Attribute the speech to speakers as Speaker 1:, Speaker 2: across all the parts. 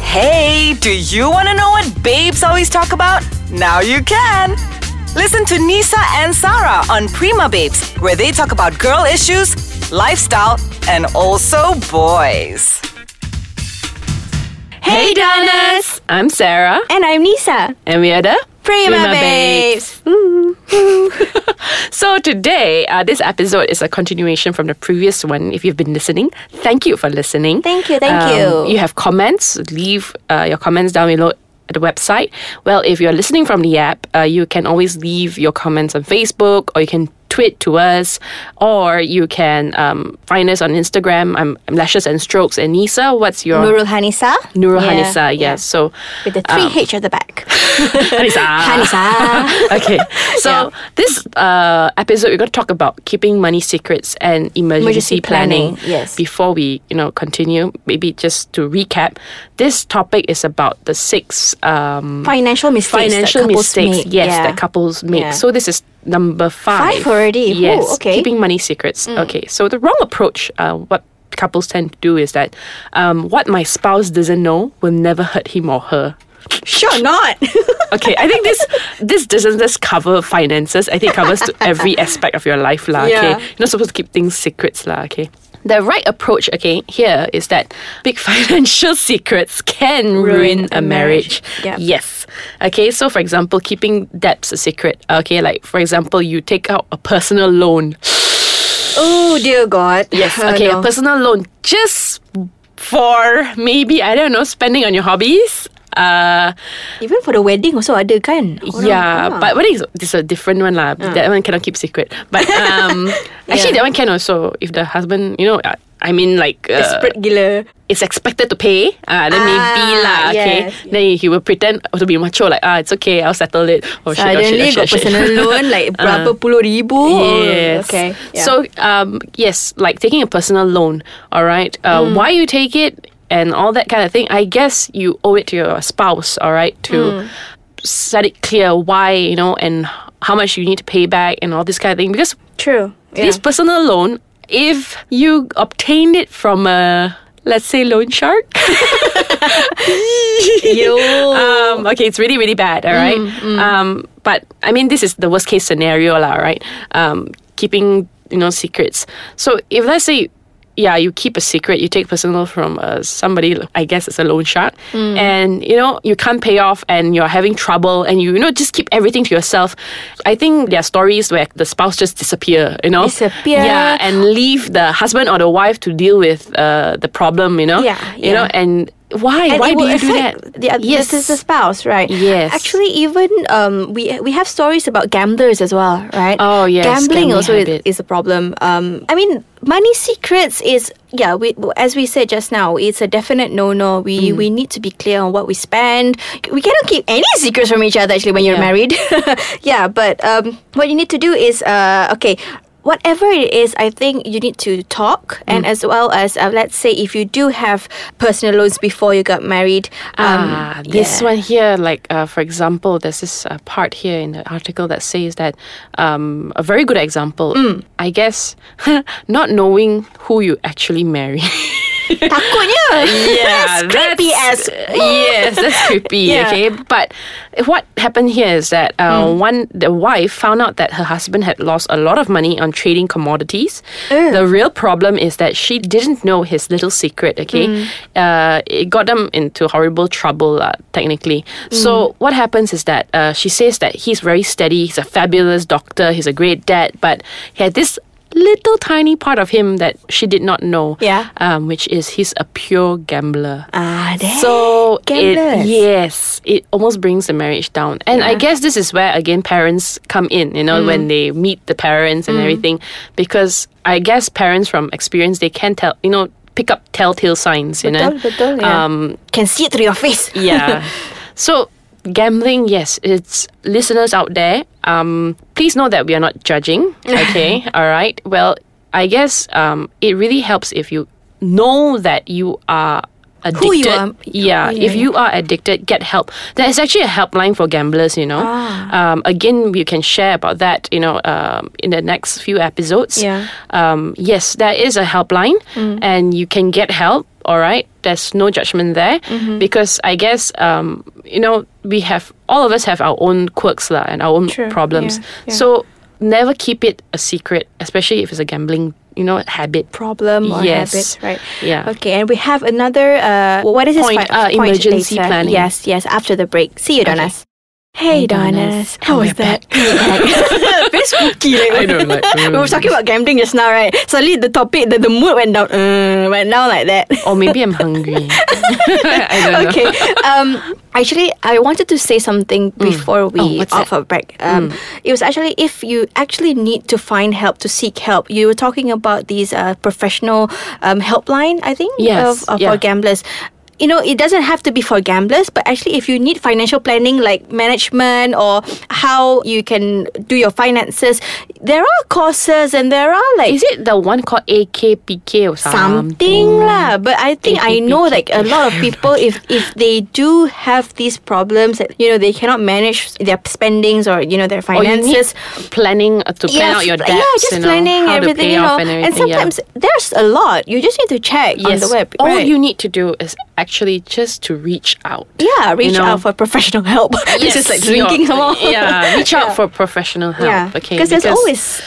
Speaker 1: Hey, do you want to know what babes always talk about? Now you can. Listen to Nisa and Sarah on Prima Babes, where they talk about girl issues, lifestyle, and also boys.
Speaker 2: Hey, Donnas! I'm Sarah,
Speaker 3: And I'm Nisa.
Speaker 2: and we are the
Speaker 3: Prima,
Speaker 2: Prima
Speaker 3: babes.
Speaker 2: So today, uh, this episode is a continuation from the previous one. If you've been listening, thank you for listening.
Speaker 3: Thank you, thank you.
Speaker 2: Um, You have comments, leave uh, your comments down below at the website. Well, if you're listening from the app, uh, you can always leave your comments on Facebook or you can tweet to us or you can um, find us on Instagram. I'm, I'm Lashes and Strokes and Nisa. What's your...
Speaker 3: Nurul Hanisa.
Speaker 2: Nurul
Speaker 3: Yeah,
Speaker 2: Hanisa, Um, yes.
Speaker 3: yeah.
Speaker 2: So
Speaker 3: With the three H at the back.
Speaker 2: Hanisa.
Speaker 3: Hanisa.
Speaker 2: okay. So this uh, episode, we're going to talk about keeping money secrets and emergency,
Speaker 3: Emergency
Speaker 2: planning.
Speaker 3: planning, yes.
Speaker 2: Before we, you know, continue, maybe just to recap, this topic is about the six um,
Speaker 3: Financial mistakes.
Speaker 2: financial
Speaker 3: that couples
Speaker 2: mistakes,
Speaker 3: make.
Speaker 2: yes,
Speaker 3: yeah.
Speaker 2: that couples make.
Speaker 3: Yeah.
Speaker 2: So this is number five.
Speaker 3: Five already? Ooh,
Speaker 2: Yes.
Speaker 3: okay. Mm.
Speaker 2: Keeping money secrets. Okay. So the wrong approach. Uh, what couples tend to do is that um, what my spouse doesn't know will never hurt him or her.
Speaker 3: Sure Oh, not.
Speaker 2: Okay, I think this this doesn't just cover finances. I think it covers to every aspect of your life, lah. Okay,
Speaker 3: Yeah.
Speaker 2: you're not supposed to keep things secrets, lah. Okay. The right approach, okay, here is that big financial secrets can ruin, a
Speaker 3: a
Speaker 2: marriage.
Speaker 3: marriage. Yep.
Speaker 2: Yes. Okay, so for example, keeping debts a secret. Okay, like for example, you take out a personal loan.
Speaker 3: oh dear God.
Speaker 2: Yes.
Speaker 3: Uh,
Speaker 2: Okay,
Speaker 3: no.
Speaker 2: a personal loan just for maybe I don't know spending on your hobbies. Uh,
Speaker 3: Even for the wedding also ada kan? Orang-
Speaker 2: yeah,
Speaker 3: ah.
Speaker 2: but uh, what is it's a different one lah. That one cannot keep secret. But um, actually, that one can also if the husband, you know, uh, I mean, like uh,
Speaker 3: Desperate gila.
Speaker 2: it's expected to pay. Uh, then maybe
Speaker 3: Ah,
Speaker 2: lah. Okay,
Speaker 3: yes,
Speaker 2: then he- he will pretend to be macho, like ah, it's okay, I'll settle it. Oh, shit, oh, shit, oh,
Speaker 3: Suddenly
Speaker 2: shit,
Speaker 3: Ah, got
Speaker 2: oh, shit.
Speaker 3: personal loan like berapa puluh ribu.
Speaker 2: Yes.
Speaker 3: Oh, Okay. yeah.
Speaker 2: So um, yes, like taking a personal loan. All right. Uh,
Speaker 3: Mm.
Speaker 2: Why you take it and all that kind of thing. I guess you owe it to your spouse. All right. To
Speaker 3: Mm.
Speaker 2: set it clear why you know and how much you need to pay back and all this kind of thing because
Speaker 3: true. Yeah.
Speaker 2: this personal loan, if you obtained it from a let's say loan shark.
Speaker 3: Oh.
Speaker 2: um, okay, it's really really bad. All right.
Speaker 3: Mm,
Speaker 2: Um, but I mean, this is the worst case scenario, lah. Right. Um, keeping you know secrets. So if let's say. Yeah, you keep a secret. You take personal from uh, somebody. I guess it's a loan shark,
Speaker 3: Mm.
Speaker 2: and you know you can't pay off, and you're having trouble, and you you know just keep everything to yourself. I think there are stories where the spouse just disappear. You know,
Speaker 3: Disappear.
Speaker 2: Yeah, and leave the husband or the wife to deal with uh, the problem. You know.
Speaker 3: Yeah,
Speaker 2: You know, and why?
Speaker 3: And
Speaker 2: why
Speaker 3: it
Speaker 2: do
Speaker 3: will
Speaker 2: you do that?
Speaker 3: affect The, oth-
Speaker 2: yes.
Speaker 3: this is the spouse, right?
Speaker 2: Yes.
Speaker 3: Actually, even um, we we have stories about gamblers as well, right?
Speaker 2: Oh, yes,
Speaker 3: Gambling also is,
Speaker 2: gambling habit.
Speaker 3: is a problem. Um, I mean, money secrets is yeah. We as we said just now, it's a definite no no. We
Speaker 2: Mm.
Speaker 3: we need to be clear on what we spend. We cannot keep any secrets from each other actually when you're
Speaker 2: Yeah.
Speaker 3: married. yeah, but um, what you need to do is uh, okay. Whatever it is, I think you need to talk,
Speaker 2: Mm.
Speaker 3: and as well as uh, let's say if you do have personal loans before you got married, um,
Speaker 2: Ah, this one here, like uh, for example, there's this uh, part here in the article that says that um, a very good example,
Speaker 3: Mm.
Speaker 2: I guess, not knowing who you actually marry.
Speaker 3: takutnya.
Speaker 2: Ah. yeah,
Speaker 3: creepy as-
Speaker 2: yes, that's creepy.
Speaker 3: Yeah. Hmm.
Speaker 2: Okay, but what happened here is that uh, one the wife found out that her husband had lost a lot of money on trading commodities.
Speaker 3: Hmm.
Speaker 2: The real problem is that she didn't know his little secret. Okay,
Speaker 3: Hmm.
Speaker 2: uh, it got them into horrible trouble. Uh, technically,
Speaker 3: Hmm.
Speaker 2: so what happens is that uh, she says that he's very steady. He's a fabulous doctor. He's a great dad, but he had this. Little tiny part of him that she did not know
Speaker 3: Yeah.
Speaker 2: um, which is he's a pure gambler.
Speaker 3: Ah, there.
Speaker 2: So it,
Speaker 3: gamblers.
Speaker 2: yes, it almost brings the marriage down. And I guess this is where again parents come in, you know,
Speaker 3: Mm.
Speaker 2: when they meet the parents and everything because I guess parents from experience they can tell, you know, pick up telltale signs, you know.
Speaker 3: Betul, betul, yeah.
Speaker 2: Um
Speaker 3: can see it through your face.
Speaker 2: yeah. So gambling, yes, it's listeners out there. Um, please know that we are not judging. Okay, all right. Well, I guess um, it really helps if you know that you are addicted,
Speaker 3: Who you are- Yeah,
Speaker 2: yeah, if you are addicted, get help. There is actually a helpline for gamblers. You know,
Speaker 3: Ah.
Speaker 2: um, again, you can share about that. You know, um, in the next few episodes.
Speaker 3: Yeah. Mm.
Speaker 2: Um, yes, there is a helpline, and you can get help. All right, there's no judgment there
Speaker 3: Mm-hmm.
Speaker 2: because I guess um, you know we have all of us have our own quirks lah and our own
Speaker 3: True,
Speaker 2: problems.
Speaker 3: yeah, yeah.
Speaker 2: So never keep it a secret, especially if it's a gambling, you know, habit.
Speaker 3: problem or
Speaker 2: Yes.
Speaker 3: habit, right?
Speaker 2: Yeah.
Speaker 3: Okay, and we have another. Uh, what is this
Speaker 2: Point,
Speaker 3: fi-
Speaker 2: uh, emergency
Speaker 3: later?
Speaker 2: planning.
Speaker 3: Yes, yes. After the break, see you, Donas. Hey, Donas,
Speaker 2: Donas.
Speaker 3: how
Speaker 2: And
Speaker 3: was
Speaker 2: we're
Speaker 3: that? Very spooky. Like,
Speaker 2: I know, like,
Speaker 3: we were
Speaker 2: mm.
Speaker 3: talking about gambling just now, right? Suddenly the topic, the, the mood went down, uh, went down like that.
Speaker 2: Or maybe I'm hungry. I don't know.
Speaker 3: okay. Um, actually, I wanted to say something before
Speaker 2: Oh,
Speaker 3: we
Speaker 2: what's
Speaker 3: off
Speaker 2: that? Mm.
Speaker 3: our break. Um, It was actually if you actually need to find help to seek help. You were talking about these uh, professional um, helpline, I think,
Speaker 2: Yes,
Speaker 3: of, of for
Speaker 2: yeah.
Speaker 3: gamblers. You know, it doesn't have to be for gamblers, but actually, if you need financial planning like management or how you can do your finances, there are courses and there are like
Speaker 2: Is it the one called AKPK or something?
Speaker 3: something lah. But I think I know like a lot of people if if they do have these problems that you know they cannot manage their spendings or you know their
Speaker 2: Or Oh, you need
Speaker 3: finances.
Speaker 2: planning uh, to plan
Speaker 3: Yeah,
Speaker 2: out your
Speaker 3: f-
Speaker 2: debts.
Speaker 3: yeah, just
Speaker 2: you know,
Speaker 3: planning
Speaker 2: how to
Speaker 3: everything, you
Speaker 2: pay
Speaker 3: know.
Speaker 2: off and everything. yeah.
Speaker 3: sometimes there's a lot. You just need to check on
Speaker 2: yes,
Speaker 3: the web.
Speaker 2: all
Speaker 3: right?
Speaker 2: you need to do is actually just to reach out.
Speaker 3: yeah, reach
Speaker 2: know.
Speaker 3: out for professional help. this is like
Speaker 2: Yes, your-
Speaker 3: drinking some more.
Speaker 2: Yeah, reach out for professional help.
Speaker 3: Yeah,
Speaker 2: okay,
Speaker 3: because there's always,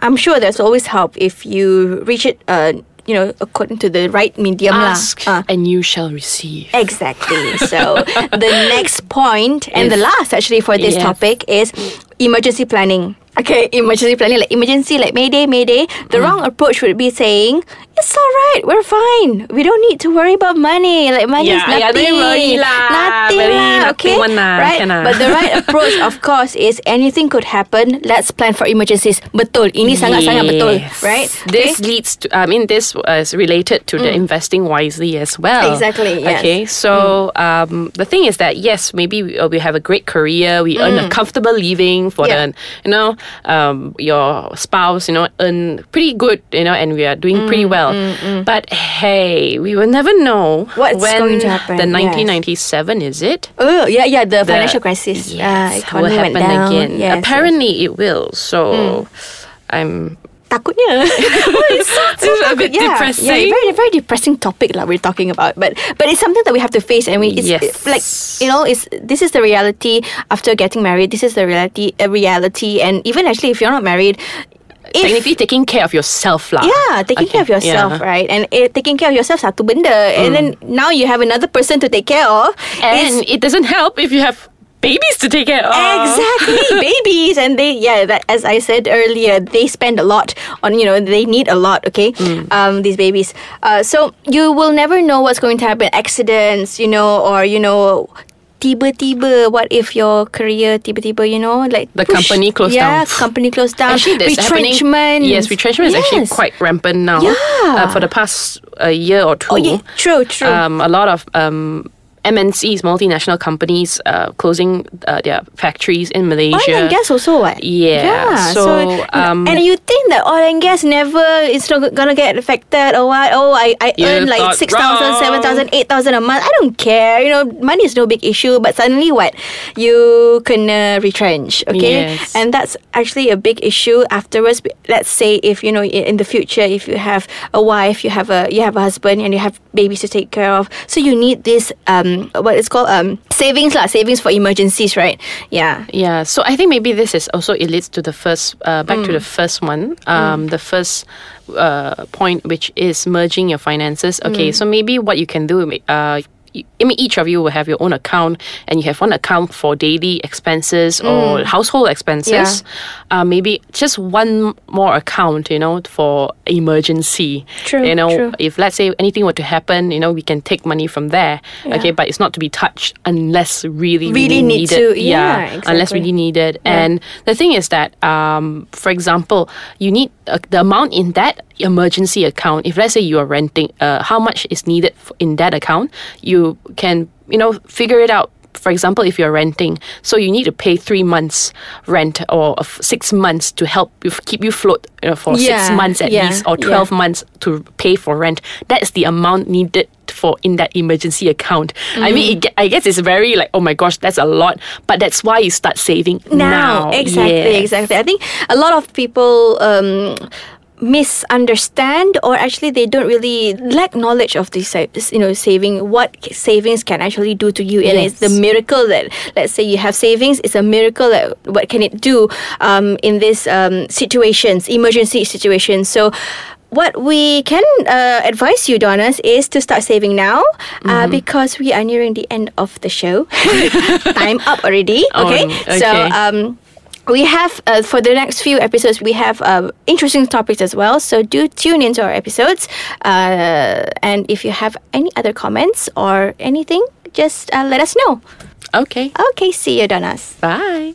Speaker 3: I'm sure there's always help if you reach it. Uh, you know, according to the right medium lah.
Speaker 2: ask
Speaker 3: Ah.
Speaker 2: and you shall receive.
Speaker 3: Exactly. So the next point and the
Speaker 2: Yes.
Speaker 3: last actually for this
Speaker 2: Yes.
Speaker 3: topic is emergency planning. Okay, emergency planning like emergency like mayday mayday.
Speaker 2: Mm.
Speaker 3: The wrong approach would be saying it's all right, we're fine. We don't need to worry about money. Like money is
Speaker 2: Yeah, yeah,
Speaker 3: nothing.
Speaker 2: don't worry lah.
Speaker 3: Nothing,
Speaker 2: Very
Speaker 3: lah,
Speaker 2: nothing
Speaker 3: okay?
Speaker 2: one lah,
Speaker 3: right?
Speaker 2: can lah.
Speaker 3: But the right approach of course is anything could happen. Let's plan for emergencies. Betul. Ini sangat-sangat betul,
Speaker 2: Yes.
Speaker 3: right? Okay?
Speaker 2: This
Speaker 3: Mm.
Speaker 2: leads to, I mean, this is related to the investing wisely as well.
Speaker 3: Exactly, yes. Mm.
Speaker 2: Okay, so um, the thing is that, yes, maybe we, uh, we have a great career, we earn a comfortable living for
Speaker 3: Mm. Yeah.
Speaker 2: the, you know, um, your spouse, you know, earn pretty good, you know, and we are doing pretty
Speaker 3: Mm,
Speaker 2: well. But hey, we will never know
Speaker 3: What's
Speaker 2: when
Speaker 3: going to happen,
Speaker 2: the
Speaker 3: yes.
Speaker 2: 1997, is it?
Speaker 3: Oh yeah, yeah. The,
Speaker 2: the-
Speaker 3: financial crisis. Ah,
Speaker 2: Yes, will
Speaker 3: economy went
Speaker 2: happen
Speaker 3: down.
Speaker 2: again.
Speaker 3: Yes, Mm. yes.
Speaker 2: Apparently, it will. So, I'm
Speaker 3: takutnya. oh, it's so,
Speaker 2: It's a bit depressing.
Speaker 3: Yeah, very very depressing topic like we're talking about. But but it's something that we have to face, and we it's
Speaker 2: Yes.
Speaker 3: it- like you know it's this is the reality after getting married. This is the reality a reality, and even actually if you're not married. If,
Speaker 2: technically taking care of yourself lah.
Speaker 3: yeah, taking
Speaker 2: Okay,
Speaker 3: care of yourself,
Speaker 2: yeah. Hmm.
Speaker 3: right? And eh, taking care of yourself satu benda, and then now you have another person to take care of. It's-
Speaker 2: And it doesn't help if you have babies to take care of.
Speaker 3: Exactly, babies, and they yeah. That, as I said earlier, they spend a lot on you know they need a lot. Okay,
Speaker 2: Hmm.
Speaker 3: um, these babies. Uh, so you will never know what's going to happen. Accidents, you know, or you know. Tiba-tiba, what if your career tiba-tiba, you know, like
Speaker 2: The company closed
Speaker 3: yeah,
Speaker 2: down.
Speaker 3: company closed down.
Speaker 2: Actually, that's happening-
Speaker 3: retrenchment.
Speaker 2: Yes, retrenchment is actually
Speaker 3: Yes.
Speaker 2: quite rampant now.
Speaker 3: Yeah.
Speaker 2: Uh, for the past uh, year or two.
Speaker 3: Oh, yeah, true, true.
Speaker 2: Um, a lot of um, MNCs, multinational companies, uh, closing uh, their factories
Speaker 3: Oh,
Speaker 2: in Malaysia.
Speaker 3: Oil and gas also what?
Speaker 2: Yeah, so, um,
Speaker 3: and you think that oil and gas never it's not gonna get affected or what? Oh, I, I
Speaker 2: You
Speaker 3: earn like
Speaker 2: thought
Speaker 3: 6,000,
Speaker 2: wrong.
Speaker 3: 7,000, 8,000 a month. I don't care. You know, money is no big issue, but suddenly what? You can uh, retrench, okay?
Speaker 2: Yes.
Speaker 3: And that's actually a big issue afterwards. B- Let's say if you know i- in the future if you have a wife, you have a you have a husband and you have babies to take care of. So you need this um what it's called um savings lah, savings for emergencies, right? Yeah.
Speaker 2: Yeah, so I think maybe this is also it leads to the first uh, back
Speaker 3: Mm.
Speaker 2: to the first one, um, the first uh, point which is merging your finances.
Speaker 3: Mm.
Speaker 2: Okay, so maybe what you can do, uh, y- I mean, each of you will have your own account, and you have one account for daily expenses
Speaker 3: Mm.
Speaker 2: or household expenses. Uh, maybe just one more account, you know, for emergency.
Speaker 3: True,
Speaker 2: You know,
Speaker 3: true.
Speaker 2: if let's say anything were to happen, you know, we can take money from there. Okay, but it's not to be touched unless really
Speaker 3: really need
Speaker 2: needed.
Speaker 3: to. Yeah,
Speaker 2: unless
Speaker 3: exactly.
Speaker 2: really needed. And the thing is that, um, for example, you need uh, the amount in that emergency account. If let's say you are renting, uh, how much is needed f- in that account, you can you know figure it out for example, if you're renting, so you need to pay three months rent or of six months to help you f- keep you float you know, for
Speaker 3: Yeah,
Speaker 2: six months at
Speaker 3: yeah,
Speaker 2: least, or
Speaker 3: yeah.
Speaker 2: twelve months to pay for rent. That is the amount needed for in that emergency account. I mean, it, ge- I guess it's very like oh my gosh, that's a lot, but that's why you start saving now.
Speaker 3: exactly
Speaker 2: Yes.
Speaker 3: exactly i think a lot of people um misunderstand or actually they don't really lack knowledge of this like, s- you know saving what c- savings can actually do to you and it's the
Speaker 2: Yes.
Speaker 3: miracle that let's say you have savings it's a miracle that what can it do um, in these um, situations emergency situations so what we can uh, advise you, Donas, is to start saving now uh,
Speaker 2: Mm-hmm.
Speaker 3: because we are nearing the end of the show. Time up already okay?
Speaker 2: on.
Speaker 3: So
Speaker 2: Okay.
Speaker 3: um, we have uh, for the next few episodes we have uh, interesting topics as well. So do tune into our episodes, uh, and if you have any other comments or anything, just uh, let us know.
Speaker 2: Okay.
Speaker 3: Okay, see you, Donas.
Speaker 2: Bye.